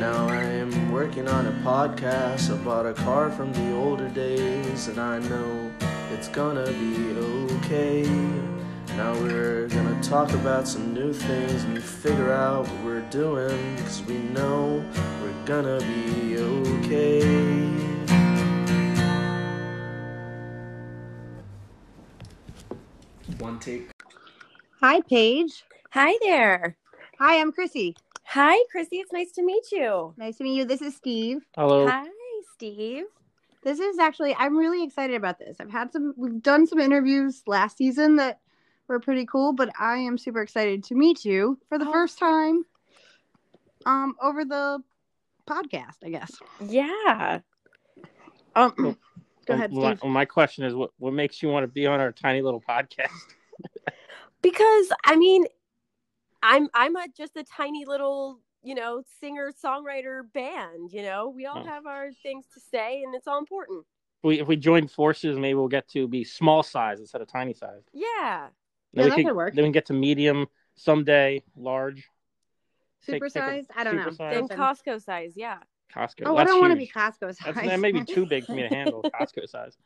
Now I am working on a podcast. I bought a car from the older days, and I know it's gonna be okay. Now we're gonna talk about some new things and figure out what we're doing, cause we know we're gonna be okay. One take. Hi, Paige. Hi there. Hi, I'm Chrissy. Hi, Chrissy. It's nice to meet you. Nice to meet you. This is Steve. Hello. Hi, Steve. This is actually, I'm really excited about this. I've had some, we've done some interviews last season that were pretty cool, but I am super excited to meet you for the Oh. first time um, over the podcast, I guess. Yeah. Um, Cool. Go ahead, My, Steve. my question is, what what makes you want to be on our tiny little podcast? Because I mean, I'm I'm a, just a tiny little, you know, singer songwriter band, you know. We all Oh. have our things to say and it's all important. We, if we join forces, maybe we'll get to be small size instead of tiny size. Yeah. Yeah, we that could work. Then we can get to medium someday, large, Take- Super take a size? I don't know. supersize. Then And Something. Costco size, yeah. Costco. Oh, I That's don't want to be huge. Costco size. That's, that may be too big for me to handle. Costco size.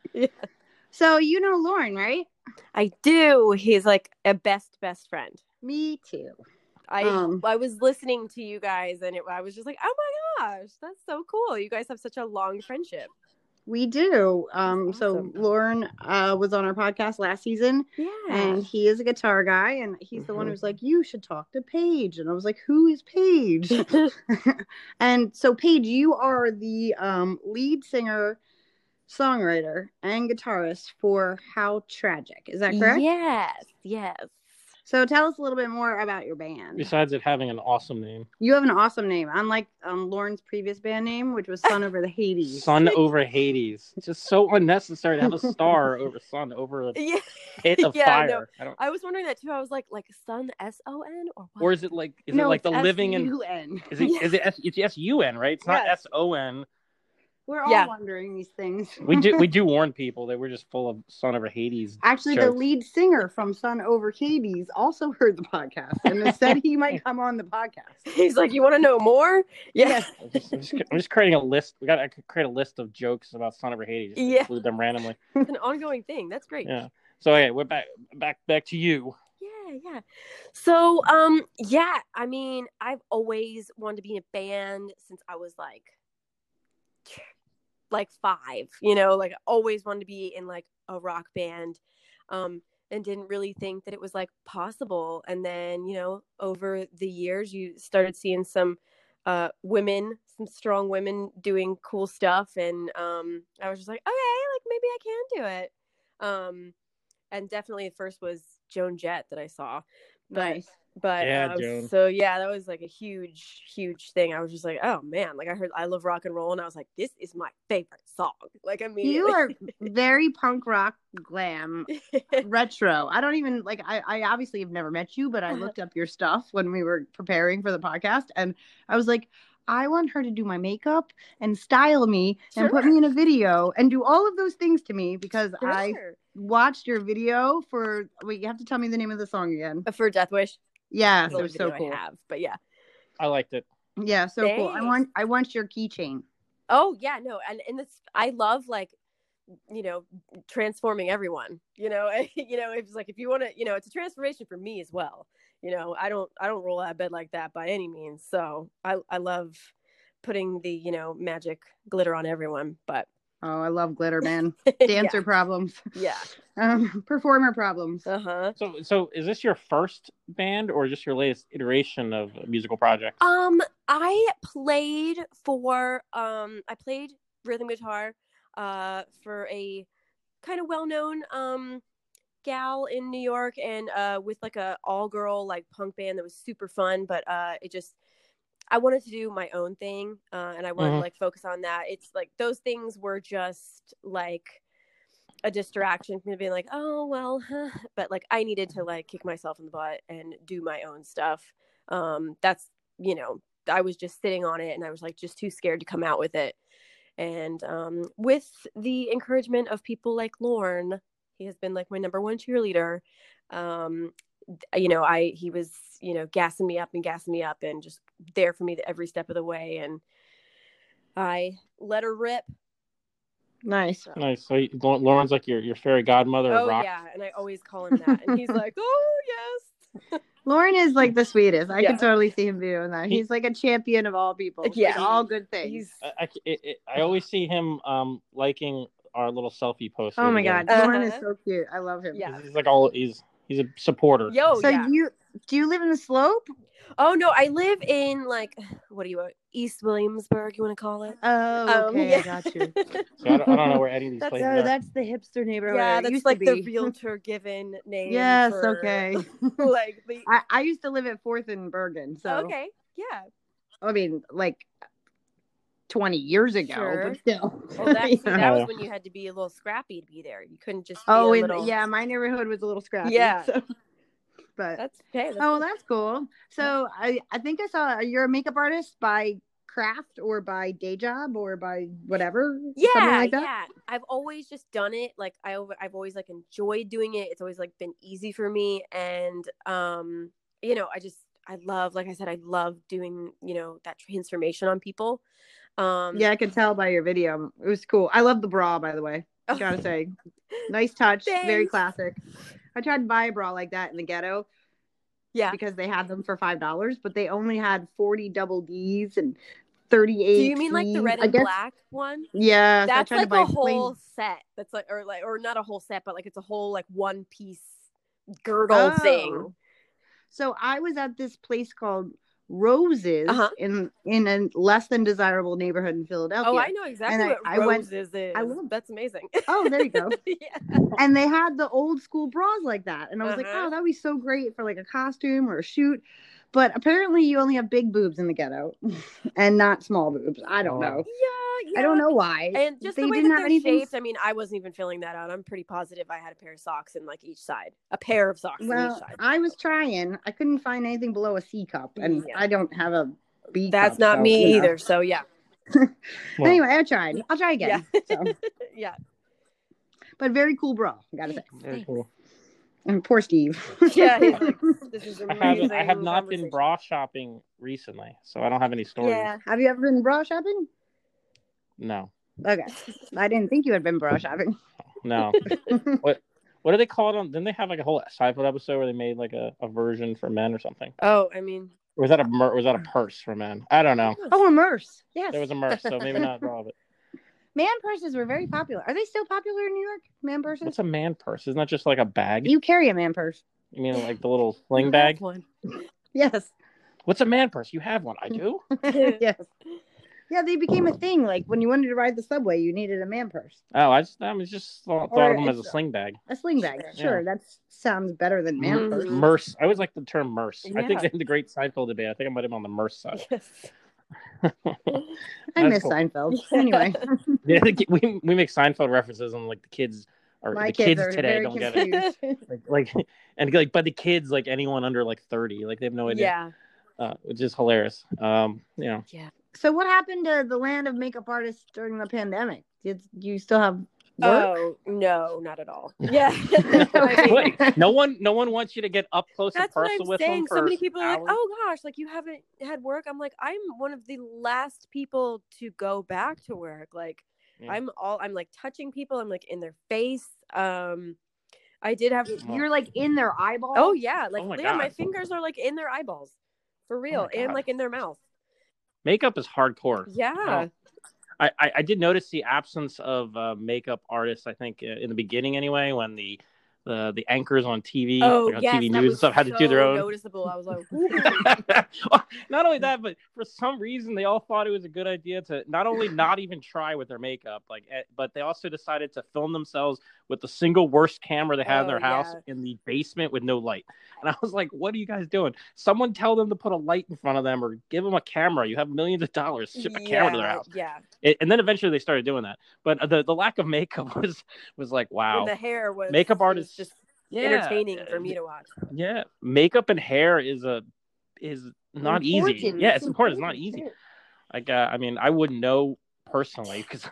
So, you know Lauren, right? I do. He's like a best best friend. Me too. I Um. I was listening to you guys and it, I was just like, "Oh my gosh, that's so cool. You guys have such a long friendship." We do. Um, awesome. So, Lauren uh, was on our podcast last season. Yeah. and he is a guitar guy and he's the one Mhm. who's like you should talk to paige and i was like who is paige and so paige you are the um, lead singer songwriter and guitarist for how tragic is that correct Yes, yes. so tell us a little bit more about your band Besides it having an awesome name, you have an awesome name unlike um, lauren's previous band name which was sun over the hades Sun over Hades. It's just so unnecessary to have a star over Sun over a Yeah, pit of Yeah, I fire. know. I don't. I was wondering that too. I was like, like Sun S O N or what? Or is it like is No, it like the it's living and S-U-N. is it is it S, it's S U N right? It's not Yes. S O N. we're all Yeah. wondering these things We do we do warn people that we're just full of Son over Hades. Actually, the jokes. lead singer from Sun Over Hades also heard the podcast and said he might come on the podcast. He's like, you want to know more? Yeah, I'm just, I'm just- I'm just creating a list. We got to create a list of jokes about Son over Hades. Just Yeah. include them randomly. it's an ongoing thing. That's great. Yeah. So okay, we're back back back to you. yeah, yeah. So, um, yeah. I mean, I've always wanted to be in a band since I was like, like five. You know, like I always wanted to be in like a rock band. Um, and didn't really think that it was like possible. And then, you know, over the years, you started seeing some uh, women, some strong women doing cool stuff. And um, I was just like, okay, like maybe I can do it. Um, and definitely the first was Joan Jett that I saw. But, Nice. But Yeah, um, Joan. so, yeah, that was like a huge, huge thing. I was just like, oh man, like I heard I love rock and roll. And I was like, this is my favorite song. Like, I mean, You are very punk rock glam retro. I don't even like I, I obviously have never met you, but I looked up your stuff when we were preparing for the podcast and I was like, I want her to do my makeup and style me and put Sure. me in a video and do all of those things to me because I Sure. watched your video for wait, you have to tell me the name of the song again. for Death Wish. Yeah, That's the it only was so video cool. I have, but yeah. I liked it. Yeah, so cool. I Thanks. want I want your keychain. Oh yeah, no, and and this I love like you know transforming everyone. You know, you know it's like if you want to, you know, it's a transformation for me as well. You know, I don't I don't roll out of bed like that by any means. So I I love putting the you know magic glitter on everyone, but Oh, I love glitter, man. yeah, Dancer problems, yeah, um, performer problems. uh huh. So so is this your first band or just your latest iteration of a musical project? Uh, Um, I played for um, I played rhythm guitar, uh, for a kind of well-known um gal in New York, and uh, with like a all-girl like punk band that was super fun, but uh, it just I wanted to do my own thing, uh, and I wanted Mhm. to like focus on that. It's like those things were just like a distraction from being like, oh well, huh. but like I needed to like kick myself in the butt and do my own stuff. Um, that's you know, I was just sitting on it, and I was like just too scared to come out with it. And um, with the encouragement of people like Lorne, he has been like my number one cheerleader. Um, you know i he was you know gassing me up and gassing me up and just there for me every step of the way and i let her rip Nice. Nice. So you- Lauren's like your, your fairy godmother oh of rock. yeah and i always call him that and he's like oh yes Lauren is like the sweetest. I Yeah. can totally see him doing that. He- He's like a champion of all people. Like, Yeah. all good things. he's I, I, it, it- I always see him um liking our little selfie post. oh we my do. god, Uh-huh. Lauren is so cute. I love him. Yeah. He's like all he's he's a supporter. yo so yeah. you do you live in the slope? oh no i live in like what do you east williamsburg you want to call it Oh, Um, okay, I yeah. got you. So I, don't, I don't know where any of these That's- places So are. Oh, that's the hipster neighborhood. yeah It used that's to like be. the realtor given name Yes, for, okay. like the I, I used to live at Fourth and Bergen, so okay yeah I mean, like twenty years ago, Sure. but still. well that's, You see, that know? was when you had to be a little scrappy to be there you couldn't just be oh, a in, little- yeah, my neighborhood was a little scrappy. Yeah. so- but that's okay that's oh, that's cool. So I, I think I saw you're a makeup artist by craft or by day job or by whatever. yeah something like that. yeah i've always just done it like I, al- i've always like enjoyed doing it it's always like been easy for me and um you know i just i love like i said i love doing you know that transformation on people um Yeah, I can tell by your video. It was cool. I love the bra, by the way. Oh. Gotta say, nice touch. Very Thanks. classic. I tried to buy a bra like that in the ghetto yeah because they had them for five dollars, but they only had forty double D's and thirty-eight. do you mean like the Cs. red E, I and guess- black one Yes, I that's tried to like buy a whole plain- set that's like or like or not a whole set but like it's a whole like one piece girdle thing Oh. So I was at this place called Roses Uh-huh. in in a less than desirable neighborhood in Philadelphia. oh i know exactly I- what I went- roses is I went- that's amazing Oh, there you go. yeah and they had the old school bras like that. And I was like, Uh-huh. oh, that'd be so great for like a costume or a shoot. But apparently, you only have big boobs in the ghetto and not small boobs. I don't know. yeah, I don't know why. Oh. And just they the way didn't that have they're anything. shaped, I mean, I wasn't even filling that out. I'm pretty positive I had a pair of socks in like each side, a pair of socks in each Well, side. I was trying. I couldn't find anything below a C cup, and Yeah. I don't have a B. That's cup, not so, me you know. either. So yeah, Well, Anyway, I tried. I'll try again. So, yeah. but very cool bra, I gotta say. very cool. And poor Steve. Yeah, he's like, this is I amazing. haven't. I have not conversation." been bra shopping recently, so I don't have any stories. Yeah, have you ever been bra shopping? No, Okay, I didn't think you had been bra shopping. no. what? What do they call it on? Didn't they have like a whole Seinfeld episode where they made like a, a version for men or something? Oh, I mean, Or was that a mer- was that a purse for men? I don't know. Oh, immerse. Yes. There was a merch, so maybe not bra. But Man purses were very popular. Are they still popular in New York? Man purses? what's a man purse? Isn't that just like a bag? You You carry a man purse. mean like the little sling have bag? One. Yes. What's a man purse? You have one. I do. yes. Yeah, they became a thing. Like when you wanted to ride the subway, you needed a man purse. Oh, I just I was just thought, thought Or of them as a it's- sling bag. A sling bag. Sure. Mm-hmm. Sure, that sounds better than man Mhm. purse. Merce. I always like the term merce. I think Yeah. in the Great Seinfeld debate, I think I might have been on the merce side. Yes. I That's miss cool. Seinfeld. Yeah. Anyway, Yeah, the ki- we we make Seinfeld references and like the kids or my the kids, kids, are today very don't get it. confused. Like, like and like by the kids like anyone under like thirty like they have no idea, yeah. uh, which is hilarious. Um, you know, So, what happened to the land of makeup artists during the pandemic? Did you still have work? Oh no, not at all. Yeah. Okay. I mean, Wait, no one no one wants you to get up close That's and what personal I'm with saying. them for So many people are like, hours. "Oh gosh, like you haven't had work." I'm like, I'm one of the last people to go back to work. Like, Yeah. I'm all I'm like touching people. I'm like in their face. Um, I did have. You're like in their eyeball. Oh yeah, like Oh my Oh yeah, my God. fingers are like in their eyeballs, for real, and God. like in their mouth. makeup is hardcore. Yeah. I, I, I did notice the absence of uh, makeup artists. I think uh, in the beginning, anyway, when the the the anchors on TV, Oh, like on yes, TV that news and was stuff, had to do their so own. Noticeable. I was like, Well, not only that, but for some reason they all thought it was a good idea to not only not even try with their makeup, like, eh, but they also decided to film themselves with the single worst camera they have in Oh, their house yeah. in the basement with no light. And I was like, "What are you guys doing? Someone tell them to put a light in front of them, or give them a camera. You have millions of dollars. Ship a camera to their yeah, house." Yeah. It, and then eventually they started doing that. But the the lack of makeup was was like, And "Wow, the hair was Makeup was artists- just Yeah. Uh, entertaining for me to watch. yeah, makeup and hair is a is not easy. Important. Yeah, it's important. It's not easy. Like, uh, I mean, I wouldn't know personally because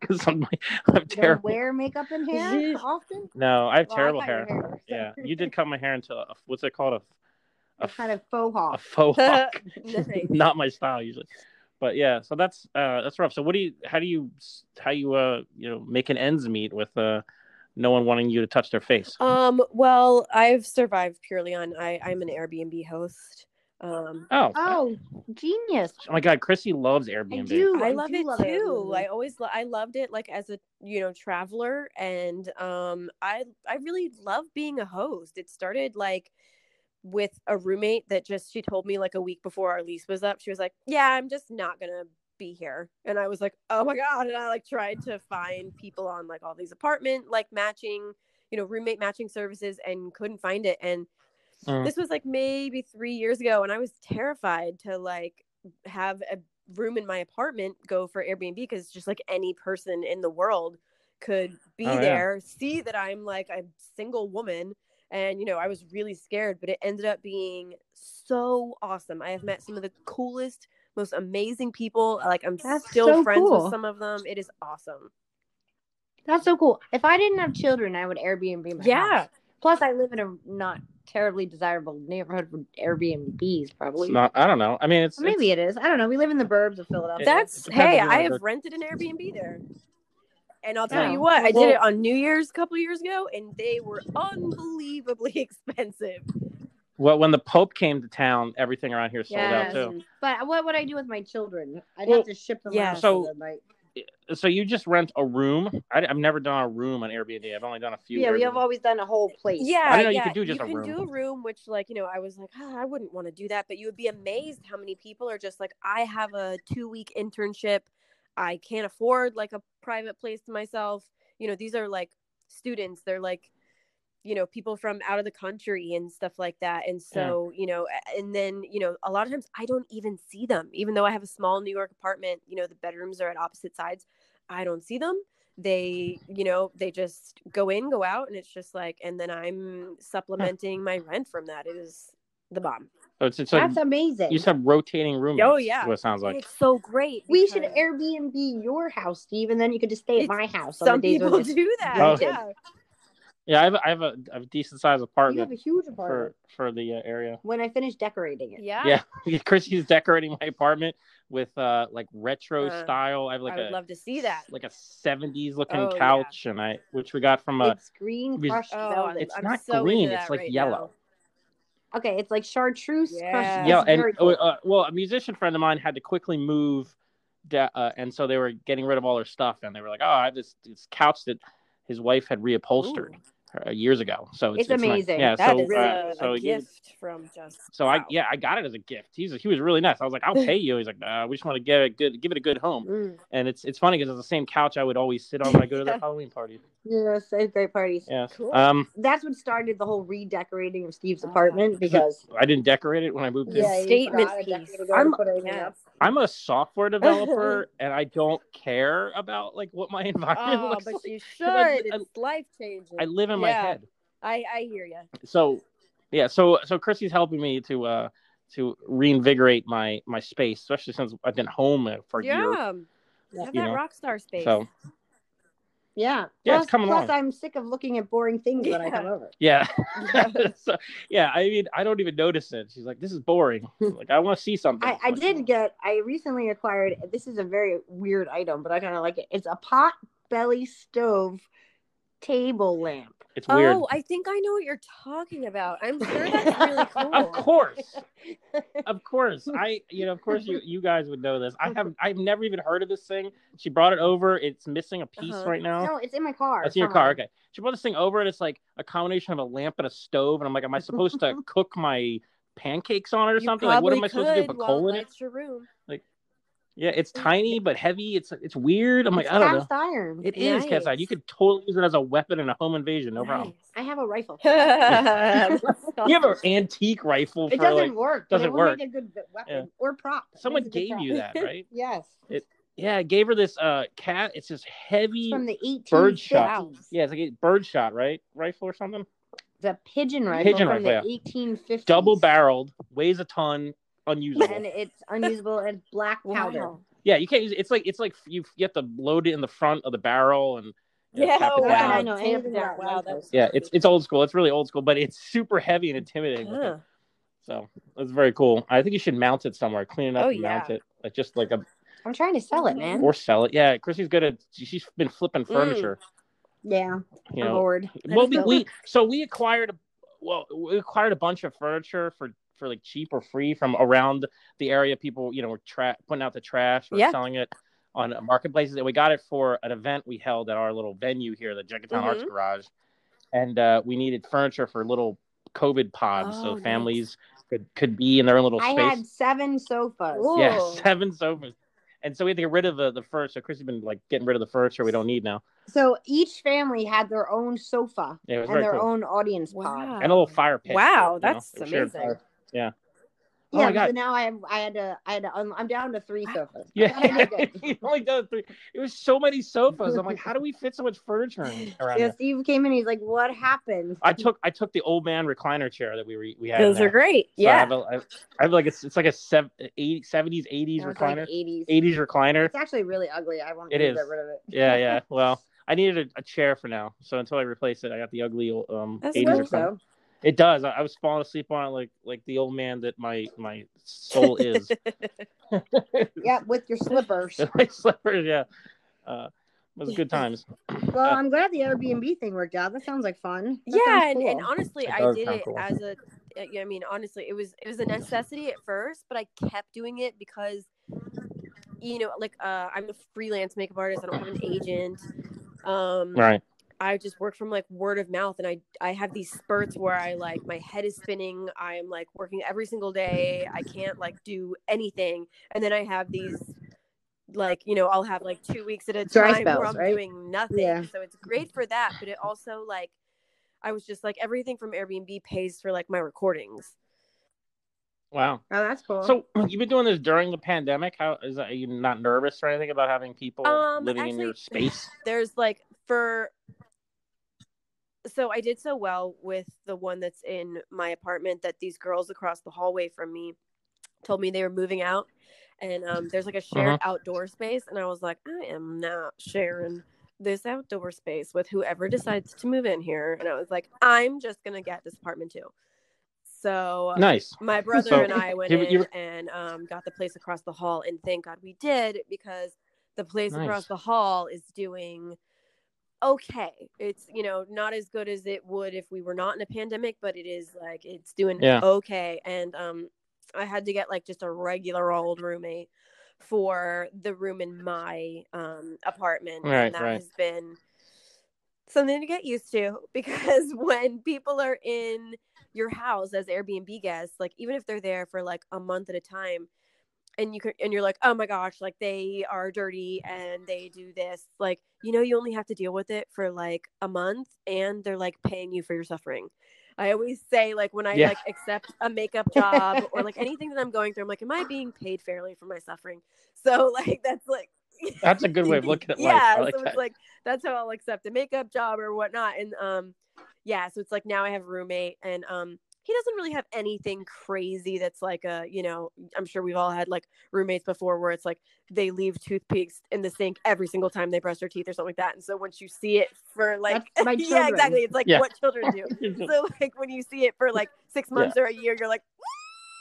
because I'm, I'm You don't terrible. wear makeup and hair often. No, I have Well, I terrible thought your hair. was- Yeah, you did cut my hair into a, what's it called a a, a f- kind of faux a hawk. faux hawk. Nice. not my style usually. But yeah, so that's uh that's rough. So what do you how do you s- how you uh you know make an ends meet with uh no one wanting you to touch their face? Um, well, I've survived purely on I, I'm an Airbnb host. Um Oh, Oh, genius! Oh my god, Chrissy loves Airbnb. I do. I love do it Mm-hmm. too. Airbnb. I always lo- I loved it like as a you know traveler, and um, I I really love being a host. It started like with a roommate that just she told me like a week before our lease was up. She was like, "Yeah, I'm just not gonna be here," and I was like, "Oh my god!" And I like tried to find people on like all these apartment like matching you know roommate matching services and couldn't find it and Mm. this was like maybe three years ago and i was terrified to like have a room in my apartment go for airbnb because just like any person in the world could be Oh, yeah. there see that i'm like a single woman and you know i was really scared but it ended up being so awesome i have met some of the coolest most amazing people like i'm That's still so friends cool. with some of them it is awesome That's so cool. If I didn't have children, I would Airbnb my house. Plus, I live in a not terribly desirable neighborhood for Airbnbs, probably. It's not I don't know. I mean it's Or Maybe it is. I don't know. We live in the burbs of Philadelphia. That's It depends hey, on who I you have are. rented an Airbnb there. And I'll tell Yeah. you what, I Well- did it on New Year's a couple years ago and they were unbelievably expensive. well when the Pope came to town, everything around here sold Yes. out too. But what would I do with my children? I'd Well, have to ship them yeah. out. So- So, them, like, So you just rent a room. I, have never done a room on Airbnb. I've only done a few. yeah, we have Airbnb. always done a whole place. Yeah, I didn't know you yeah. could do just a can room. do a room, which like, you know, I was like, "Ah, I wouldn't want to do that, but you would be amazed how many people are just like, I have a two week internship. I can't afford like a private place to myself. You know, these are like students. They're like, you know, people from out of the country and stuff like that. And so, you know, a- and then, you know, a lot of times I don't even see them, even though I have a small New York apartment, you know, the bedrooms are at opposite sides. I don't see them. They, you know, they just go in, go out, and it's just like, and then I'm supplementing my rent from that. It is the bomb. So it's, it's like That's amazing. you said rotating roommates. Oh, yeah. is what it sounds And like. it's so great. we should because Airbnb your house, Steve, and then you could just stay at It's- my house. on Some the days when people it's- do that. Oh. Yeah. Yeah, I have, I have a, a decent You have sized a apartment huge for apartment. for the uh, area. When I finish decorating it, Yeah. Yeah, Chrissy's decorating my apartment with uh like retro Uh, style. I have like I would a love to see that. like a seventies looking Oh, yeah. couch, and I which we got from uh, a it's green we- crushed Oh, velvet. it's I'm not so into green, that it's like right yellow. now. okay, it's like chartreuse Yeah. crushed. yeah, It's and very oh, cool. uh, well, a musician friend of mine had to quickly move, da- uh, and so they were getting rid of all their stuff, and they were like, "Oh, I have this, this couch that his wife had reupholstered uh, years ago." So it's, It's nice. amazing. Yeah, That so is uh, a, so a you- gift from just. So I wow. yeah I got it as a gift. He's he was really nice. I was like I'll pay you. He's like nah, we just want to get a good give it a good home. Mm. And it's it's funny because it's the same couch I would always sit on when I go to their Yeah. Halloween party. yeah, so great parties. Yeah. Cool. Um, That's what started the whole redecorating of Steve's Ah. apartment because I didn't decorate it when I moved in. Yeah. statement piece. I'm I'm- put everything yeah. up. I'm a software developer and I don't care about like what my environment Oh, looks but like. you 'Cause I- should. I- It's life changing. I live in my Yeah. head. I, I hear you. So yeah, so so Chrissy's helping me to uh to reinvigorate my my space, especially since I've been home for a year. Yeah. Yeah. Have You that know, rock star space. So Yeah. Yeah, it's plus, coming plus along. I'm sick of looking at boring things when I Yeah. come over. Yeah. so, yeah, I mean, I don't even notice it. She's like, this is boring. Like, I want to see something. I, I Like, did get I recently acquired this is a very weird item, but I kinda like it. It's a pot belly stove table lamp. It's weird. Oh, I think I know what you're talking about. I'm sure that's really cool. Of course. Of course, I you know of course you you guys would know this. I have I've never even heard of this thing. She brought it over. It's missing a piece Uh-huh. right now. No, it's in my car. Oh. That's in your Come car. on. Okay. She brought this thing over, and it's like a combination of a lamp and a stove. And I'm like, am I supposed to cook my pancakes on it or You something? Like, what am probably I supposed to do? could Put while coal in it? lights your room. Yeah, it's tiny but heavy. It's it's weird. I'm like, I don't know. Cast iron. It is cast iron. You Nice. could totally use it as a weapon in a home invasion. No problem. Nice. I have a rifle. That's You have an awesome. antique rifle It for doesn't like work. but doesn't it would work. Make a good ve- weapon or prop. It someone is a good gave prop. you that, right? Yes. It- yeah, I gave her this uh cat. It's this It's heavy. from the 1850s. bird shot. Yeah, it's like a bird shot, right? Rifle or something. The pigeon rifle Pigeon from rifle, the 1850s. Double barreled, weighs a ton, unusable. And it's unusable and it's black powder. Wow. Yeah, you can't use it. It's like it's like you you have to load it in the front of the barrel and you know, Yeah, tap it wow. Yeah, I down. know Tape anything that. about Wow, rifles. that's Yeah, it's it's old school. It's really old school, but it's super heavy and intimidating. looking. Huh. So that's very cool. I think you should mount it somewhere, clean it up, Oh, and mount yeah. it like just like a I'm trying to sell it, man. or sell it. Yeah, Chrissy's good at she- she's been flipping Mm. furniture. Yeah, You I'm know, bored. well, we, dope. we so we acquired a well we acquired a bunch of furniture for for like cheap or free from around the area people you know were tra- putting out the trash or Yeah. selling it on marketplaces and we got it for an event we held at our little venue here the Jenkintown Arts Mhm. Garage and uh, we needed furniture for little COVID pods Oh, so nice. families could could be in their own little I space had seven sofas. Whoa. yeah Cool. seven sofas and so we had to get rid of the, the furniture Chrissy's been like getting rid of the furniture we don't need now So each family had their own sofa Yeah, it was and very their cool. own audience Wow. pod. and a little fire pit Wow, you know, that's a shared amazing. fire Oh Yeah, my God. so now I have I had to I had to un- I'm down to three sofas. I thought I Yeah, did good. he only does three. It was so many sofas. I'm like, how do we fit so much furniture in, around Yeah, here? Steve came in. He's like, "What happened?" I took I took the old man recliner chair that we were, we had. in Those there. are great. So I yeah. have, a, I I have like a, it's like a sev- 80, 70s 80s That was like recliner, 80s. 80s recliner. It's actually really ugly. I want to It get is. rid of it. Yeah, yeah. Well, I needed a, a chair for now, so until I replace it, I got the ugly old, um That's 80s cool. Works, recliner. though. It does. I, I was falling asleep on it like like the old man that my my soul is. Yeah, with your slippers. my slippers. Yeah, uh, it was good times. Well, I'm glad the Airbnb thing worked out. That sounds like fun. That yeah, sounds and, and cool. honestly, That I does did sound it cool. as a. I I mean, honestly, it was it was a necessity at first, but I kept doing it because, you know, like uh, I'm a freelance makeup artist. I don't have an agent. Um, Right. I just work from like word of mouth, and I I have these spurts where I like my head is spinning. I'm like working every single day. I can't like do anything, and then I have these like you know I'll have like two weeks at a Dry time where spells, I'm right? doing nothing. Yeah. So it's great for that, but it also like I was just like everything from Airbnb pays for like my recordings. Wow. Oh, that's cool. So you've been doing this during the pandemic. How is that? Are you not nervous or anything about having people Um, living in your actually- space? There's like for so I did so well with the one that's in my apartment that these girls across the hallway from me told me they were moving out and um, there's like a shared outdoor space and I was like I am not sharing this outdoor space with whoever decides to move in here and I was like I'm just going to get this apartment too. So Nice. my brother So, and I went you- in you- and um, got the place across the hall, and thank God we did because the place Nice. across the hall is doing okay. It's you know not as good as it would if we were not in a pandemic, but it is like it's doing Yeah. okay. And um, I had to get like just a regular old roommate for the room in my um apartment, Right, and that right. has been something to get used to because when people are in your house as Airbnb guests, like even if they're there for like a month at a time, and you can and you're like, oh my gosh, like they are dirty and they do this, like you know, you only have to deal with it for like a month, and they're like paying you for your suffering. I always say like when I Yeah. like accept a makeup job or like anything that I'm going through, I'm like, am I being paid fairly for my suffering? So like that's like That's a good way of looking at life. yeah, I like so that. it's like that's how I'll accept a makeup job or whatnot. And um, yeah, so it's like now I have a roommate, and um, he doesn't really have anything crazy that's like a you know I'm sure we've all had like roommates before where it's like they leave toothpicks in the sink every single time they brush their teeth or something like that. And so once you see it for like That's my yeah children. exactly, it's like Yeah. what children do. so like when you see it for like six months or a year, you're like.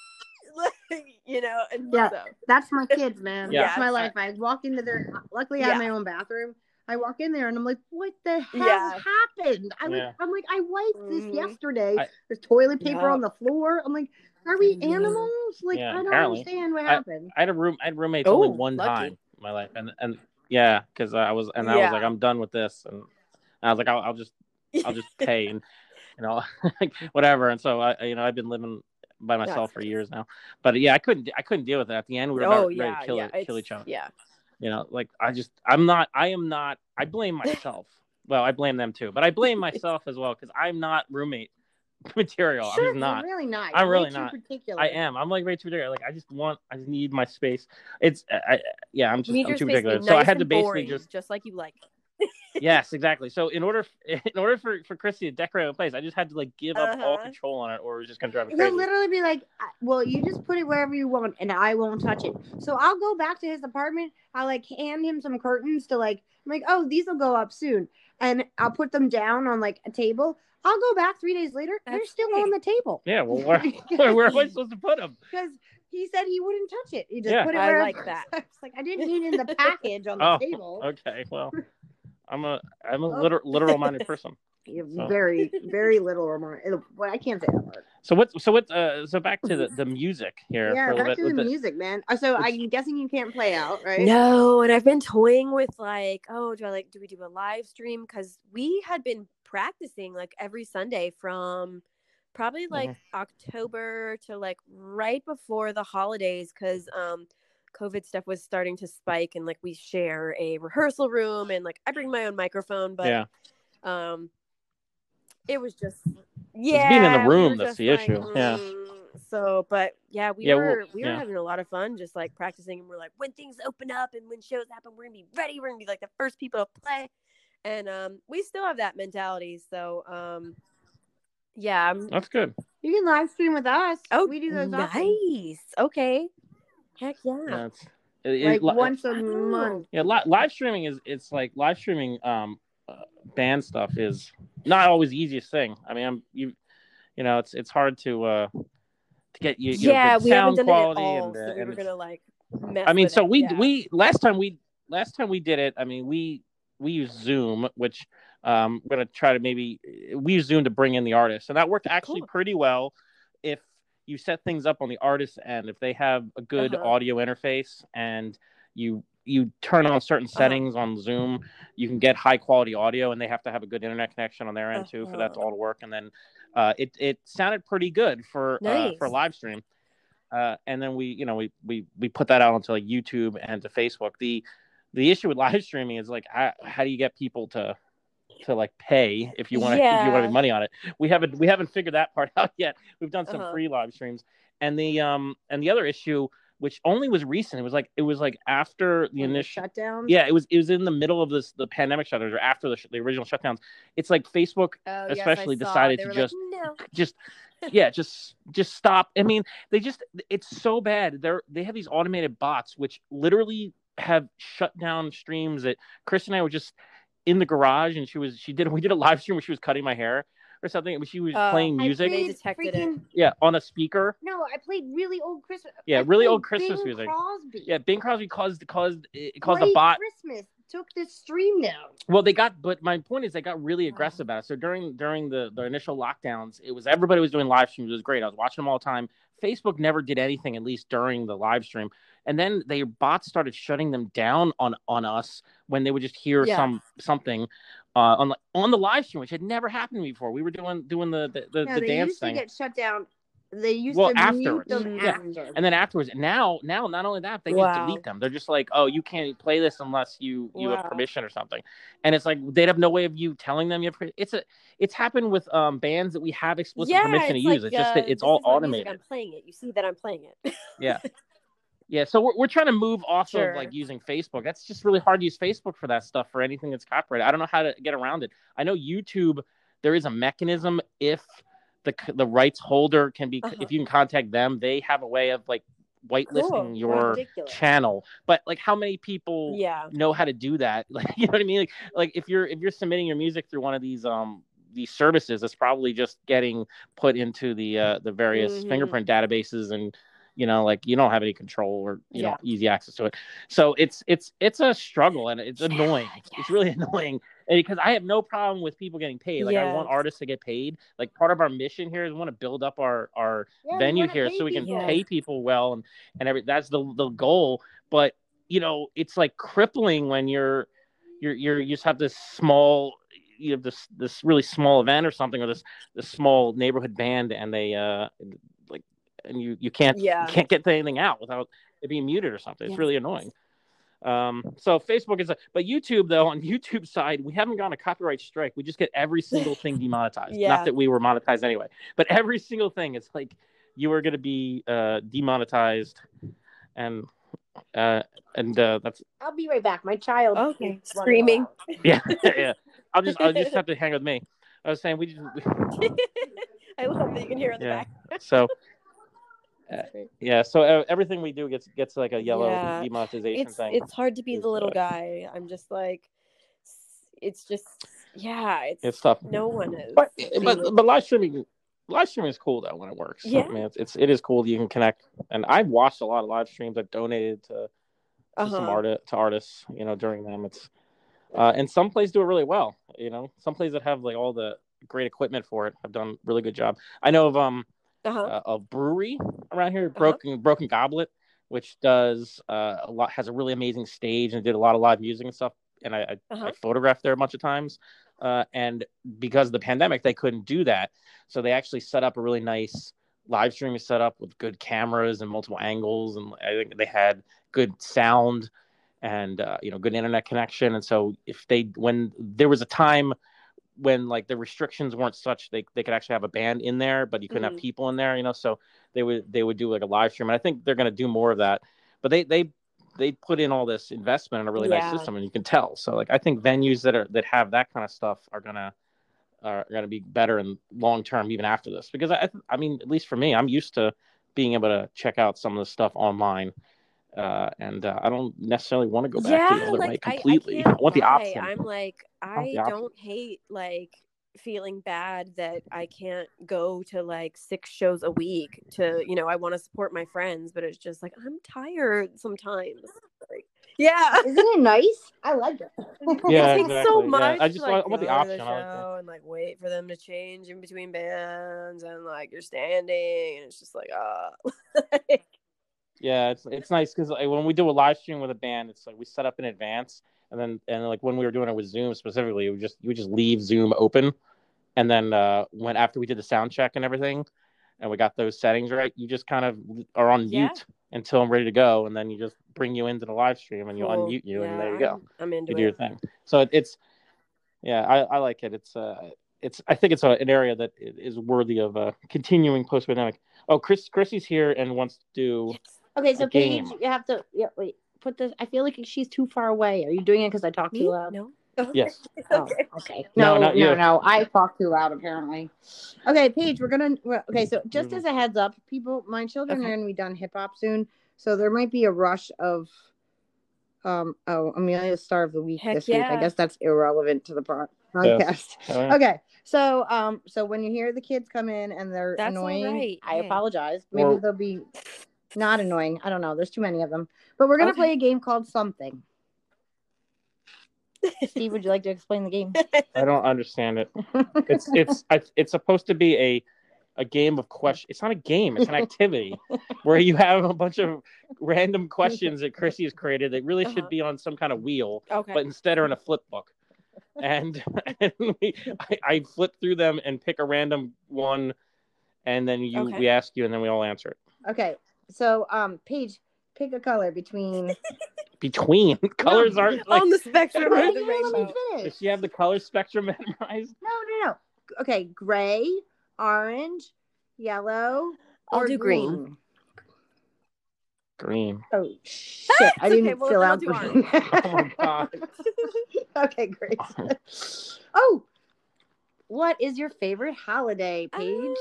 like, you know, and Yeah. so That's my kids, man. Yeah. That's my life. I walk into their. Luckily, I have my own bathroom, I walk in there and I'm like, what the hell Yeah. happened? I like, Yeah. I'm like, I wiped this Mhm. yesterday. I- There's toilet paper Yeah. Mm-hmm. on the floor. I'm like, are we Yeah. animals? Like, Yeah, I don't apparently. understand what I- happened. I had a room. I had roommates Oh, only one lucky. time in my life, and and yeah, because I was and I Yeah. was like, I'm done with this, and I was like, I'll, I'll just I'll just pay and you know whatever. And so I you know I've been living by myself That's for nice. years now, but yeah, I couldn't I couldn't deal with it. At the end, we were about oh ready yeah, to kill, yeah, it- kill it's- each other. Yeah, You know, like I just I'm not I am not I blame myself. well, I blame them too, but I blame myself as well because I'm not roommate material. Sure, you're I'm just not. really not. I'm You're really too not. Particular. I am. I'm like very too particular. Like I just want. I just need my space. It's. I, I, yeah. I'm just. you need I'm your too space to be particular. nice so I had to and basically boring, just. just like you like. Yes, exactly. So in order, in order for for Christy to decorate a place, I just had to like give up all Uh-huh. control on it, or it was just gonna drive me He'll crazy. literally be like, "I- "Well, you just put it wherever you want, and I won't touch it." So I'll go back to his apartment. I like hand him some curtains to like. I'm like, "Oh, these will go up soon," and I'll put them down on like a table. I'll go back three days later. They're That's still right. on the table yeah. Well, where, where, where am I supposed to put them? because he said he wouldn't touch it. He just Yeah. put it I wherever. like that. I was like, I didn't need it in the package on the Oh, table. Okay. Well, I'm a I'm a Oh. literal literal minded person. You have So- Very, very little remark. Well, I can't say that word. So what's so what uh so back to the the music here Yeah, for a little back bit. to the with the- music, man. Uh, So it's- I'm guessing you can't play out, right? No, and I've been toying with like, oh, do I like, do we do a live stream? Because we had been practicing like every Sunday from probably like October to like right before the holidays because um, COVID stuff was starting to spike and like we share a rehearsal room and like I bring my own microphone, but yeah. um, it was just yeah, It's being in the we were room that's just the issue, yeah. mm, So, but yeah, we Yeah, were well, we were yeah. having a lot of fun just like practicing, and we're like, when things open up and when shows happen, we're gonna be ready. We're gonna be like the first people to play, and um, we still have that mentality. So, um, yeah, I'm, That's good. You can live stream with us. oh, we do those nice. often. Okay, heck yeah, Yeah. It's, it- like it- li- once a Oh. month. Yeah, li- live streaming is it's like live streaming um uh, band stuff is not always the easiest thing. I mean, I'm you you know, it's it's hard to uh to get you, you know, yeah. good we haven't done sound it at quality all, and, so uh, we and were it's- gonna like. Mess I mean, with so it, we yeah. we last time we last time we did it, I mean, we we use Zoom, which um we're going to try to maybe we use Zoom to bring in the artists. And that worked actually Cool. pretty well if you set things up on the artist's end, if they have a good Uh-huh. audio interface and you you turn on certain Uh-huh. settings on Zoom, you can get high quality audio, and they have to have a good internet connection on their end too for that to Uh-huh. all to work. And then uh, it it sounded pretty good for uh, Nice. for a live stream. Uh, and then we you know we we we put that out onto like YouTube and to Facebook. The the issue with live streaming is like I, how do you get people to to like pay if you want to if you want Yeah. to money on it. We haven't we haven't figured that part out yet. We've done some Uh-huh. free live streams. And the um and the other issue which only was recent it was like it was like after the when initial shutdown. yeah, it was it was in the middle of this the pandemic shutdowns or after the, sh- the original shutdowns. It's like Facebook Oh, yes, I especially saw. decided They to were just- like, "Mm, no. just yeah, just just stop. I mean, they just it's so bad. They're they have these automated bots which literally have shut down streams that Chris and I were just in the garage and she was she did we did a live stream where she was cutting my hair or something and she was Oh. playing I music. played detected it. freaking, Yeah, on a speaker. No, I played really old Christmas. Yeah, I really played old Christmas Bing music. Crosby. Yeah, Bing Crosby caused caused it caused a White bot Christmas took the stream down. Well, they got, but my point is, they got really Mm-hmm. Wow. aggressive about it. So during during the the initial lockdowns, it was everybody was doing live streams. It was great. I was watching them all the time. Facebook never did anything, at least during the live stream. And then they bots started shutting them down on on us when they would just hear Yeah. some something uh, on the, on the live stream, which had never happened to me before. We were doing doing the the, the, No, the they dance used thing, to get shut down. They used Well, to mute afterwards. them Yeah. after. and then afterwards, now now not only that, they just Wow. delete them. They're just like, oh, you can't play this unless you you have Wow. permission or something. And it's like they'd have no way of you telling them you have. per- It's a it's happened with um bands that we have explicit permission to it's use. like, It's just that uh, it's this all is my music, automated. I'm playing it. You see that I'm playing it. Yeah. Yeah, so we're, we're trying to move off Sure. of like using Facebook. That's just really hard to use Facebook for that stuff for anything that's copyrighted. I don't know how to get around it. I know YouTube there is a mechanism if the c- the rights holder can be Uh-huh. if you can contact them, they have a way of like whitelisting Cool. your Ridiculous. channel. But like how many people yeah. know how to do that? Like you know what I mean? Like like if you're if you're submitting your music through one of these um these services, it's probably just getting put into the uh the various Mhm. fingerprint databases and you know like you don't have any control or you Yeah. know easy access to it so it's it's it's a struggle and it's annoying it's really annoying and because i have no problem with people getting paid like i want Yes. artists to get paid like part of our mission here is we want to build up our our Yeah, we venue wanna here pay so we can people. pay people well and and every that's the the goal but you know it's like crippling when you're you're you're you just have this small you have this this really small event or something or this this small neighborhood band and they uh like and you you can't Yeah. you can't get anything out without it being muted or something it's Yes. really annoying um so facebook is a, but youtube though on youtube side we haven't gotten a copyright strike we just get every single thing demonetized Yeah. not that we were monetized anyway but every single thing it's like you are going to be uh demonetized and uh and uh that's I'll be right back. My child. Okay. is running Screaming. around. yeah yeah i'll just i'll just have to hang with me i was saying we just I love that you can hear in the Yeah. back. so That's great. yeah so uh, everything we do gets gets like a yellow Yeah. demonetization It's thing it's hard to be is, the little uh, guy. I'm just like, s- it's just yeah. It's, it's tough no one is. but being but, but live streaming live streaming is cool though when it works Yeah. i mean it's, it's it is cool that you can connect and i've watched a lot of live streams i've donated to to some uh-huh. art to artists you know during them it's uh, and some plays do it really well you know some plays that have like all the great equipment for it have done a really good job i know of um Uh-huh. uh, a brewery around here broken broken goblet which does uh, a lot has a really amazing stage and did a lot of live music and stuff and i, I Uh-huh. I photographed there a bunch of times. Uh, and because of the pandemic, they couldn't do that. So they actually set up a really nice live streaming setup with good cameras and multiple angles. And I think they had good sound and, uh, you know, good internet connection. And so if they, when there was a time when like the restrictions weren't such, they, they could actually have a band in there, but you couldn't Mhm. have people in there, you know? So they would, they would do like a live stream. And I think they're going to do more of that, but they, they they put in all this investment in a really Yeah. nice system and you can tell so like i think venues that are that have that kind of stuff are gonna are gonna be better in long term even after this because i i mean at least for me i'm used to being able to check out some of the stuff online uh, and uh, i don't necessarily want to go back to the other way I- I completely i, can't want the lie. option I'm like, want I the option. don't hate like feeling bad that I can't go to like six shows a week to, you know, I want to support my friends, but it's just like I'm tired sometimes. Like, yeah. Isn't it nice? I like it. Yeah, it's like so exactly. Yeah. much. I just to, like, want- I want the go to option. I like that. show and like wait for them to change in between bands, and like you're standing, and it's just like, uh, Yeah, it's it's nice because like, when we do a live stream with a band, it's like we set up in advance, and then and like when we were doing it with Zoom specifically, we just you would just leave Zoom open, and then uh, when after we did the sound check and everything, and we got those settings right, you just kind of are on Yeah. mute until I'm ready to go, and then you just bring you into the live stream and you cool. unmute you, Yeah, and there you go, I'm, I'm into you do your it. thing. So it, it's yeah, I, I like it. It's uh, it's I think it's a, an area that i- is worthy of uh, continuing post pandemic. Oh, Chris, Chrissy's here and wants to do. Okay, so A Paige, game. you have to. Yeah, wait. Put this. I feel like she's too far away. Are you doing it because I talk Me? too loud? No. Yes. Oh, Okay. okay. No, No, no, not you. no, I talk too loud apparently. Okay, Paige, we're gonna. We're, okay, so just Mhm. as a heads up, people, my children Okay. are gonna be done hip hop soon, so there might be a rush of. Um. Oh, Amelia's star of the week Heck this week. yeah. I guess that's irrelevant to the pro- podcast. Yeah. Uh, Okay, so um, so when you hear the kids come in and they're That's all annoying, right. I Hey. apologize. Maybe Well- they'll be not annoying. I don't know. There's too many of them. But we're gonna Okay. play a game called something. Steve, would you like to explain the game? I don't understand it. It's it's I- it's supposed to be a a game of question. It's not a game. It's an activity where you have a bunch of random questions that Chrissy has created that really Uh-huh. should be on some kind of wheel, Okay. but instead are in a flip book. And, and we, I, I flip through them and pick a random one, and then you Okay. we ask you, and then we all answer it. Okay, so um, Paige, pick a color between. Between colors aren't like on the spectrum Wait, of the no, let me rainbow. finish. does she have the color spectrum memorized? No, no, no. Okay, gray, orange, yellow, I'll or do green. Green. Oh shit! I It's okay, didn't well, fill then I'll out do green. Oh my god. okay, great. Oh, what is your favorite holiday, Paige? Um,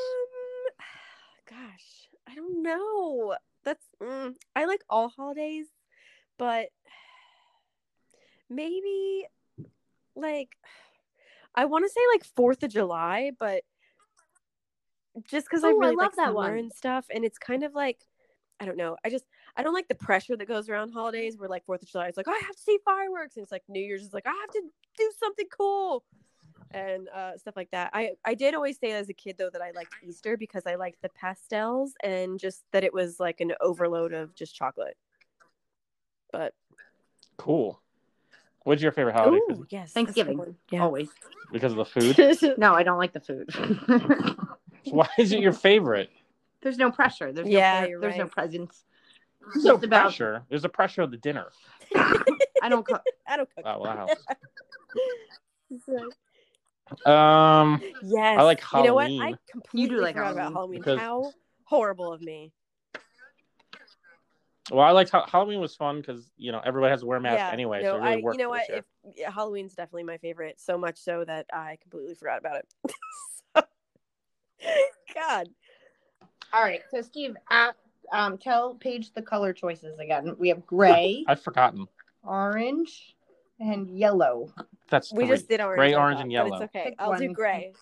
gosh, I don't know. That's mm, I like all holidays, but maybe like I want to say like Fourth of July, but just because I Oh, I love really like that summer one. and stuff, and it's kind of like I don't know. I just I don't like the pressure that goes around holidays where like Fourth of July is like, oh, I have to see fireworks, and it's like New Year's is like, I have to do something cool and uh, stuff like that. I I did always say as a kid though that I liked Easter because I liked the pastels and just that it was like an overload of just chocolate. But Cool. What's your favorite holiday? Ooh, Kristen? yes, that's a good Thanksgiving. one. Always. Because of the food? Yeah. No, I don't like the food. Why is it your favorite? there's no pressure. There's no, Yeah, pre- you're there's no right. presence. There's no Just about- pressure. There's a pressure of the dinner. I don't. cook. I don't cook. Oh wow. So- Um, yes. I like You know what? Halloween. I completely like forgot about Halloween. Halloween. Because- How horrible of me. well, I liked how Halloween was fun because you know everybody has to wear a mask anyway, no, so it really I, worked. you know for what? this year. If, yeah, Halloween's definitely my favorite, so much so that I completely forgot about it. So- God. All right, so Steve, uh, um, tell Paige the color choices again. We have gray, I've forgotten. orange, and yellow. That's We three. just did orange. Gray, I orange, and but yellow. It's okay. Pick I'll do one. gray.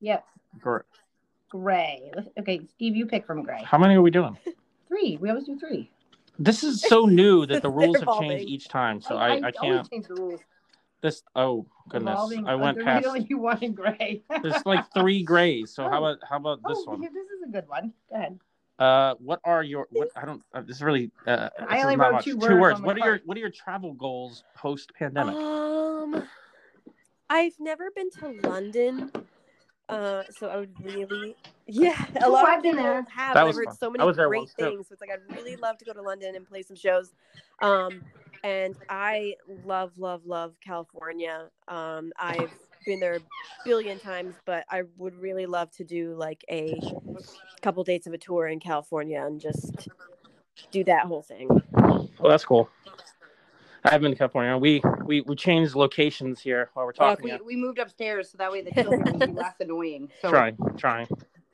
Yep, Gr- gray. Okay, Steve, you pick from gray. How many are we doing? Three. We always do three. This is so new that the They're rules have evolving. changed each time, so I, I, always can't. change the rules. This oh goodness, Evolving- I went there was past. only one in gray. There's like three grays. So Oh. how about how about this oh, one? yeah, this is a good one. Go ahead. Uh, what are your what? I don't. Uh, this is really. Uh, this I is only not wrote much. two Two words words. on my What are your card. What are your travel goals post pandemic? Um, I've never been to London, uh, so I would really, yeah, a Oh, lot I've of been people there. have. That and I've was heard fun. so I many was there great once, too. things. So it's like I'd really love to go to London and play some shows. Um, and I love, love, love California. Um, I've been there a billion times, but I would really love to do like a couple dates of a tour in California and just do that whole thing. Well, Oh, that's cool. I have been to California. We we we changed locations here while we're talking. we, yeah. we moved upstairs so that way the children would be less annoying. So Trying, trying.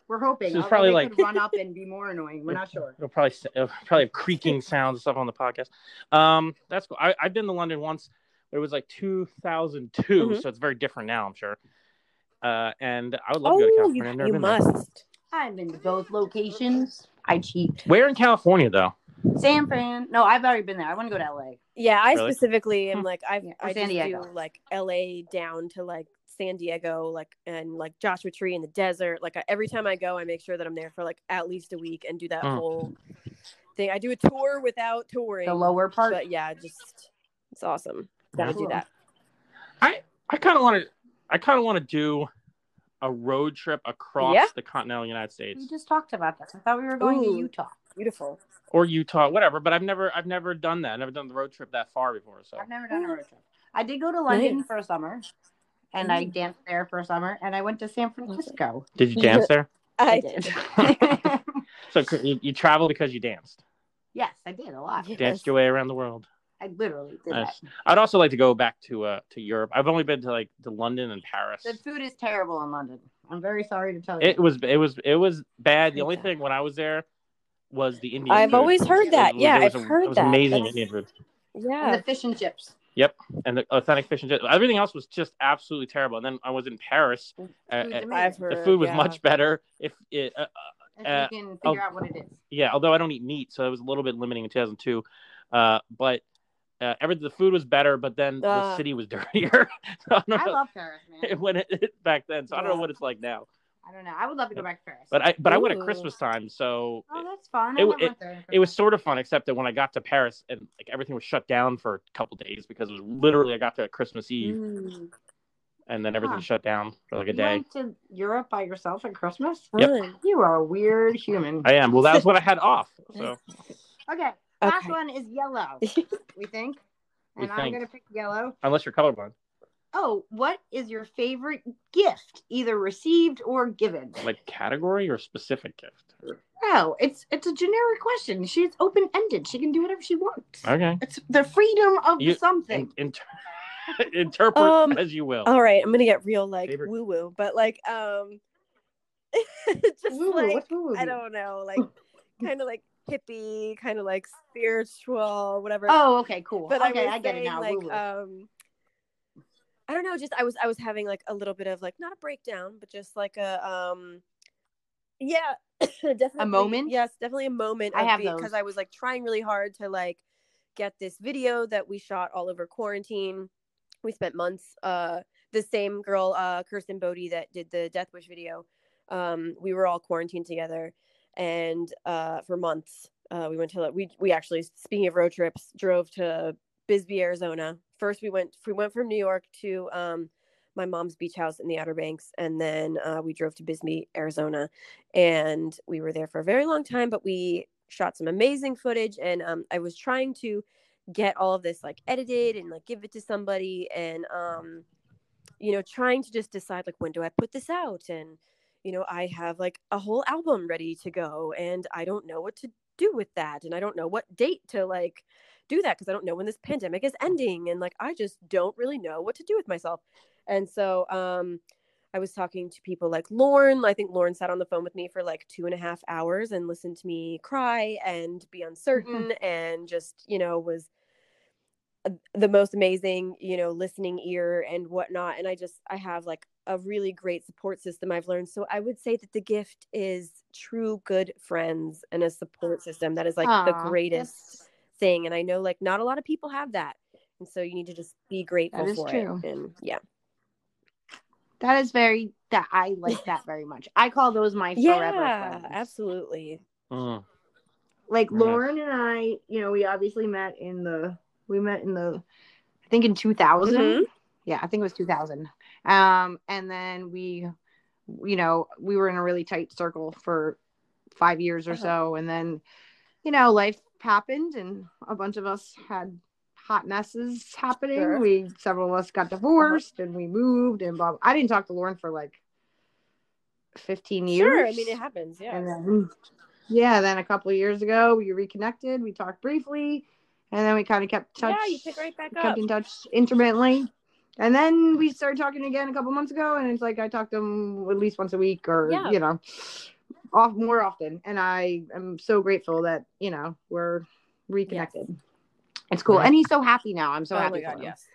we're hoping. This is although probably they like- could run up and be more annoying. We're not sure. It'll probably it'll probably have creaking sounds and stuff on the podcast. Um, that's cool. I, I've been to London once. It was like 2002, Mhm. so it's very different now, I'm sure. Uh, and I would love to go to Oh, California. I've you, never you been there. must. I've been to both locations. I cheat. Where in California though? San Fran. No, I've already been there. I want to go to LA. Yeah, I Really? specifically am like I've Hmm. Yeah, or I San just do Diego. like LA down to like San Diego, like and like Joshua Tree in the desert. Like I, every time I go, I make sure that I'm there for like at least a week and do that Mm. whole thing. I do a tour without touring, The lower part. but yeah, just it's awesome. Yeah. Gotta do that. I kind of want to. I kind of want to do a road trip across Yeah. the continental United States We just talked about this. I thought we were going Ooh. to Utah. Beautiful. or Utah, whatever. But I've never, I've never done that. I've never done the road trip that far before. So I've never done a road trip. I did go to London Nice. for a summer, and I danced there for a summer, and I went to San Francisco. did you dance there? I did. So cr- you, you travel because you danced, yes, I did a lot. Yes. danced your way around the world. I literally did Nice. I'd also like to go back to uh to Europe. I've only been to like to London and Paris. that. The food is terrible in London. I'm very sorry to tell you. It was it was it was bad. The only Yeah. thing when I was there was the Indian. I've food. always heard that. It was- Yeah, it was I've a- heard it was that. Amazing That's- Indian food and Yeah. the fish and chips. and the authentic fish and chips. Everything else was just absolutely terrible. And then I was in Paris. Food's uh, uh, amazing. I've the heard food was yeah. much better. If it, uh, If Uh, you can oh. figure out what it is. yeah, although I don't eat meat, so it was a little bit limiting in 2002. Uh, but uh, every the food was better, but then the Ah. city was dirtier. so I don't I know love Paris, man. when it back then. So I don't know Yeah. what it's like now. I don't know. I would love to go back to Paris. But I but I went at Ooh. Christmas time, so oh, that's fun. I it- never it- went there. in it was Christmas. sort of fun, except that when I got to Paris and like everything was shut down for a couple days because it was literally I got there at Christmas Eve Mm, and then everything Mm-hmm. Huh. shut down for like a you day. went to Europe by yourself at Christmas? Yep. fun. You are a weird human. I am. Well, that was what I had off. So Okay. Last Okay. one is yellow, we think. We And I'm think. going to pick yellow. unless you're colorblind, Oh, what is your favorite gift, either received or given? like category or specific gift. No, it's it's a generic question. She's open ended. She can do whatever she wants. Okay. It's the freedom of You- something. In- inter- interpret Um, as you will. All right, I'm gonna get real like Favorite- woo woo, but like um, just Woo, like what's woo? I don't know, like kind of like hippie, kind of like spiritual, whatever. Oh, okay, cool. but okay, was I, get it saying, now. Like, woo-woo. um, I don't know. Just I was I was having like a little bit of like not a breakdown, but just like a um, yeah definitely moment? yes definitely a moment I of have being- those. because i was like trying really hard to like get this video that we shot all over quarantine we spent months uh the same girl uh kirsten bodie that did the death wish video um we were all quarantined together and uh for months uh we went to we we actually speaking of road trips drove to bisbee arizona first we went we went from new york to um my mom's beach house in the outer banks and then uh, we drove to bisbee arizona and we were there for a very long time but we shot some amazing footage and um, i was trying to get all of this like edited and like give it to somebody and um you know trying to just decide like when do i put this out and you know i have like a whole album ready to go and i don't know what to do with that and i don't know what date to like do that because i don't know when this pandemic is ending and like i just don't really know what to do with myself and so um I was talking to people like Lauren. I think Lauren sat on the phone with me for like two and a half hours and listened to me cry and be uncertain and just, you know, was uh, the most amazing, you know, listening ear and whatnot. And I just, I have like a really great support system I've learned. So I would say that the gift is true good friends and a support system that is like Aw, the greatest thing. And I know like not a lot of people have that. And so you need to just be grateful is for true. it. And yeah. That is very that I like that very much. I call those my forever yeah, friends. absolutely. Mm. Like Yeah. Lauren and I, you know, we obviously met in the we met in the I think in 2000. Mhm. Yeah, I think it was 2000. Um and then we you know, we were in a really tight circle for 5 years or Uh-huh. so and then you know, life happened and a bunch of us had hot messes happening. Sure. Uh-huh. We several of us got divorced and we moved and blah, I didn't talk to Lauren for like 15 years. Sure, I mean it happens. Yeah. And then, yeah, then a couple of years ago, we reconnected. We talked briefly, and then we kind of kept touch. yeah, you pick right back up. kept in touch intermittently, and then we started talking again a couple months ago. And it's like I talked to him at least once a week, or Yeah. you know, off more often. And I am so grateful that you know we're reconnected. It's cool, Right. and he's so happy now. I'm so oh my happy. god, for him. yes.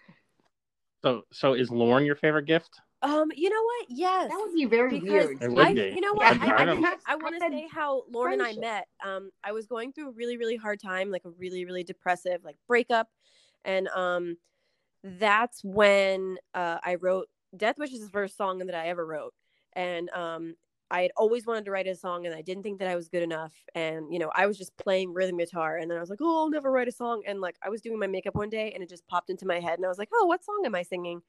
So, so is Lauren your favorite gift? Um, you know what? Yes. That would be very because weird. It would I, be. you know what? Yeah, I, I don't- I, I want to said say how Lauren and I friendship. met. Um, I was going through a really, really hard time, like a really, really depressive, like breakup, and um, that's when uh, I wrote "Death Wish" is the first song that I ever wrote, and um, I had always wanted to write a song, and I didn't think that I was good enough, and you know, I was just playing rhythm guitar, and then I was like, oh, I'll never write a song, and like I was doing my makeup one day, and it just popped into my head, and I was like, oh, what song am I singing?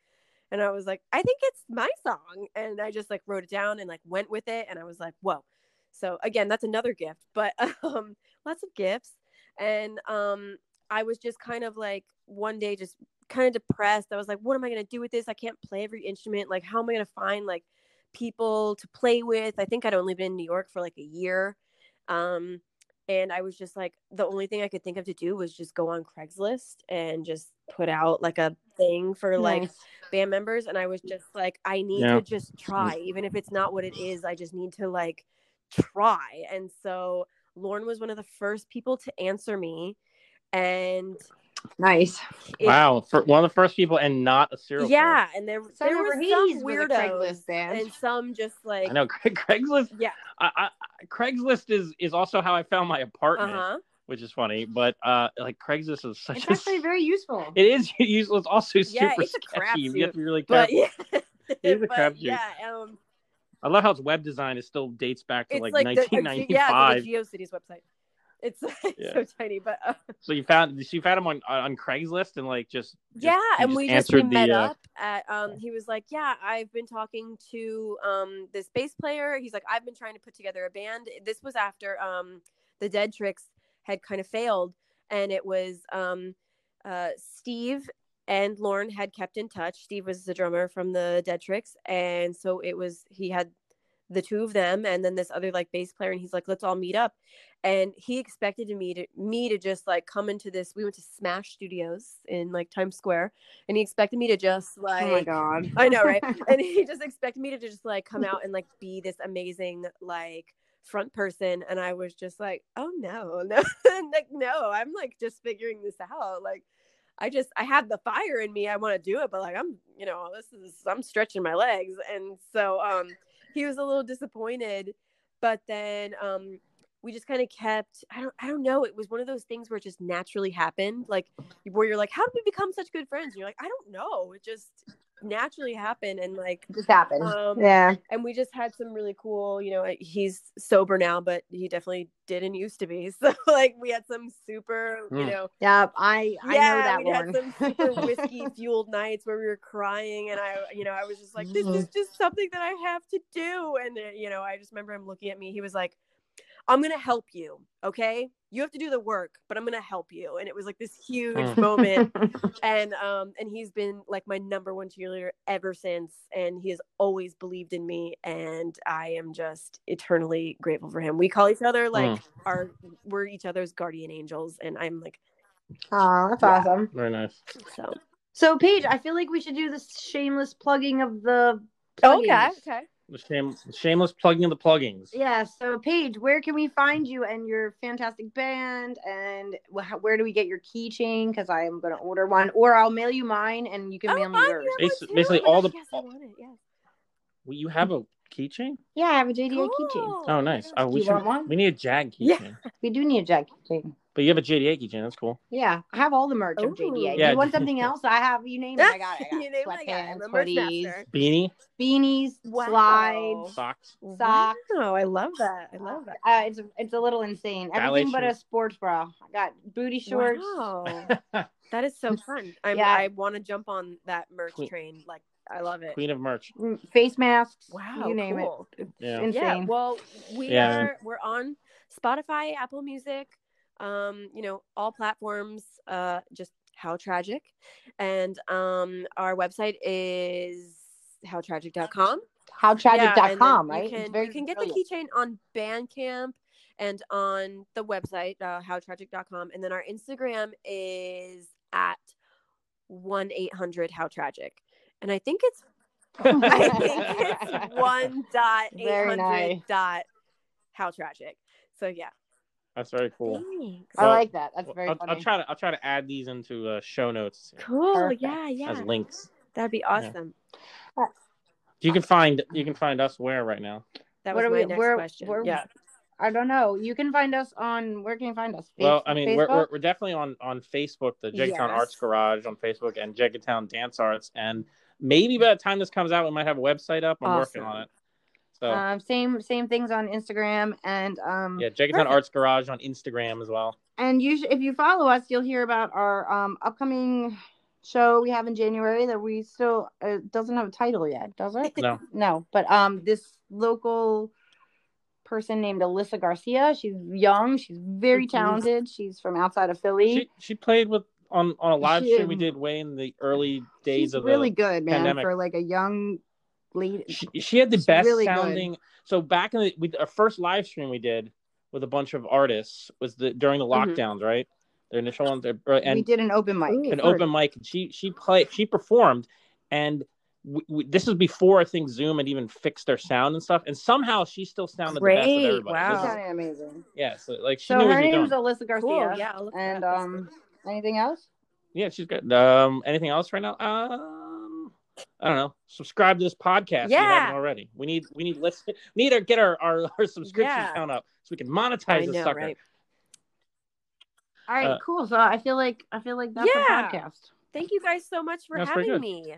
And I was like, I think it's my song. And I just like wrote it down and like went with it. And I was like, whoa. So again, that's another gift, but um, lots of gifts. And um, I was just kind of like one day just kind of depressed. I was like, what am I going to do with this? I can't play every instrument. Like, how am I going to find like people to play with? I think I'd only been in New York for like a year. Um, and I was just like, the only thing I could think of to do was just go on Craigslist and just put out like a thing for like band members and I was just like I need Yeah. to just try even if it's not what it is I just need to like try and so Lauren was one of the first people to answer me and nice. it- wow, for one of the first people, and not a serial. yeah and there, Son there of were Rahadi's was some a weirdos Craigslist band. and some just killer. like I know Cra- Craigslist. yeah I, I, I- Craigslist is is also how I found my apartment, uh-huh which is funny. But uh, like Craigslist is such It's a. actually very useful. It is useful. It's also super Yeah, it's a sketchy. You crapshoot, have to be really but careful. yeah He's a but crapshoot. yeah um I love how its web design is still dates back to it's like, like, the, 1995. yeah it's like the GeoCities website it's like Yeah. so tiny but uh, So you found so you found him on on Craigslist and like just, just- yeah you and we just we answered met uh, up at um he was like yeah i've been talking to um this bass player he's like i've been trying to put together a band this was after um the dead tricks had kind of failed and it was um uh steve and lauren had kept in touch steve was the drummer from the dead tricks and so it was he had the two of them and then this other like bass player and he's like let's all meet up and he expected me to me to just like come into this we went to smash studios in like times square and he expected me to just like oh my god. I know, right? and he just expected me to just like come out and like be this amazing like front person and I was just like, "Oh no. No. like no, I'm like just figuring this out. Like I just I have the fire in me. I want to do it, but like I'm, you know, this is I'm stretching my legs." And so um he was a little disappointed, but then um we just kind of kept I don't I don't know it was one of those things where it just naturally happened like where you're like how did we become such good friends and you're like I don't know it just naturally happened and like It just happened. um yeah. and we just had some really cool you know he's sober now but he definitely didn't used to be so like we had some super you Mm. know Yep. I I know that we had one. some super whiskey fueled nights where we were crying, and I, you know, I was just like, this is just something that I have to do. And uh, you know, I just remember him looking at me. He was like, "I'm gonna help you, okay? You have to do the work, but I'm gonna help you." And it was like this huge Mm. moment. And um, and he's been like my number one cheerleader ever since, and he has always believed in me, and I am just eternally grateful for him. We call each other like Mm. our we're each other's guardian angels, and I'm like Oh, that's Yeah. awesome. Very nice. so. So Paige, I feel like we should do this shameless plugging of the Oh, Okay. plugins. Okay. The shame, shameless plugging of the pluggings. Yeah, so Paige, where can we find you and your fantastic band? And wh- how- where do we get your keychain? Because I am going to order one, or I'll mail you mine and you can Oh, mail me yours. have- Basi- basically all the- Yes, I want it. Yes. Well, you have a keychain? Yeah, I have a JDA keychain. Cool. Oh, nice. Oh, we you should. want one? We need a Jag keychain. Yeah. We do need a Jag keychain. But you have a JDA keychain. That's cool. Yeah, I have all the merch Ooh. of JDA. Yeah. You want something else? I have, you name it. I got it. I got You name it, I got it. Sweatpants, I'm a merch hoodies, master. Beanie, beanies, Wow. slides. socks. Socks. Wow, I love that. I love that. Uh, it's, it's a little insane. Ballet Everything but a shoes. sports bra. I got booty shorts. Wow. that is so fun. I'm, Yeah. I want to jump on that merch Queen- train. Like, I love it. Queen of merch. mm, Face masks. Wow. You name cool. it. It's Yeah. insane. Yeah. Well, we Yeah. are we're on Spotify, Apple Music, um, you know, all platforms. Uh, just how tragic, and um, our website is howtragic.com. Yeah, and howtragic.com, then right? You It's can, very you can get brilliant. the keychain on Bandcamp and on the website, uh, howtragic.com. And then our Instagram is at 1 800 howtragic. And I think it's I think it's one dot eight Very hundred nice. dot how tragic. So yeah. That's very cool. Thanks. I Well, like that. That's very I'll, funny. I'll try to I'll try to add these into uh, show notes Cool. Perfect. Yeah, as yeah. links. That'd be awesome. You can find you can find us where right now. That What was are my we- next we're- question. we're- yeah. I don't know. You can find us on where can you find us? Well, Face- I mean, we're, we're Facebook? we're definitely on on Facebook, the Jigatown Yes. Arts Garage on Facebook, and Jigatown Dance Arts, and maybe by the time this comes out, we might have a website up. I'm working Awesome. on it. So um, same same things on Instagram and um yeah, Jigatown perfect. Arts Garage on Instagram as well. and you sh- if you follow us, you'll hear about our um upcoming show we have in January that we still uh, doesn't have a title yet, does it? No, no but um this local person named alyssa garcia she's young she's very Mhm. talented she's from outside of philly she she played with on on a live She- stream we did way in the early days she's of really the. good man pandemic. for like a young lady She, she had the she's best really good. sounding. So back in the we, our first live stream we did with a bunch of artists was the during the Mhm. lockdowns, right? Their initial ones, their- Mm-hmm. we and did an open mic Ooh. an for- open mic and she she played she performed and w w this is before i think zoom had even fixed their sound and stuff and somehow she still sounded the best of Great, everybody she This is- wow. sounded amazing yeah so like she so knew what her she was name's doing alyssa garcia Cool. Yeah. I'll look and that up. um anything else yeah she's good um anything else right now um i don't know subscribe to this podcast if you Yeah. haven't already we need we need let's we need to get our our, our subscription Yeah. count up so we can I monetize this know, sucker right? all right Uh, cool so i feel like i feel like that's Yeah. a podcast Thank you guys so much for That's pretty having good. me.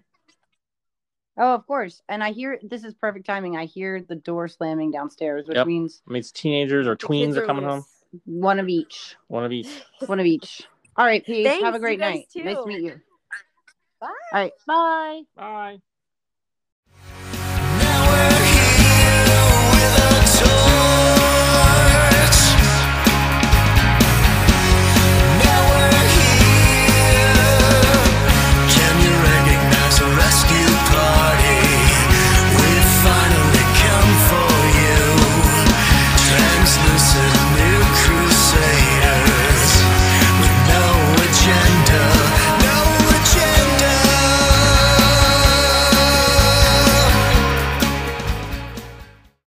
oh of course and i hear this is perfect timing i hear the door slamming downstairs which Yep. means i mean it's teenagers or The tweens kids are coming home loose. one of each one of each One of each. All right, peace. Thanks, Have a you great guys night. too. Nice to meet you. Bye. All right, bye. bye Now we're here with a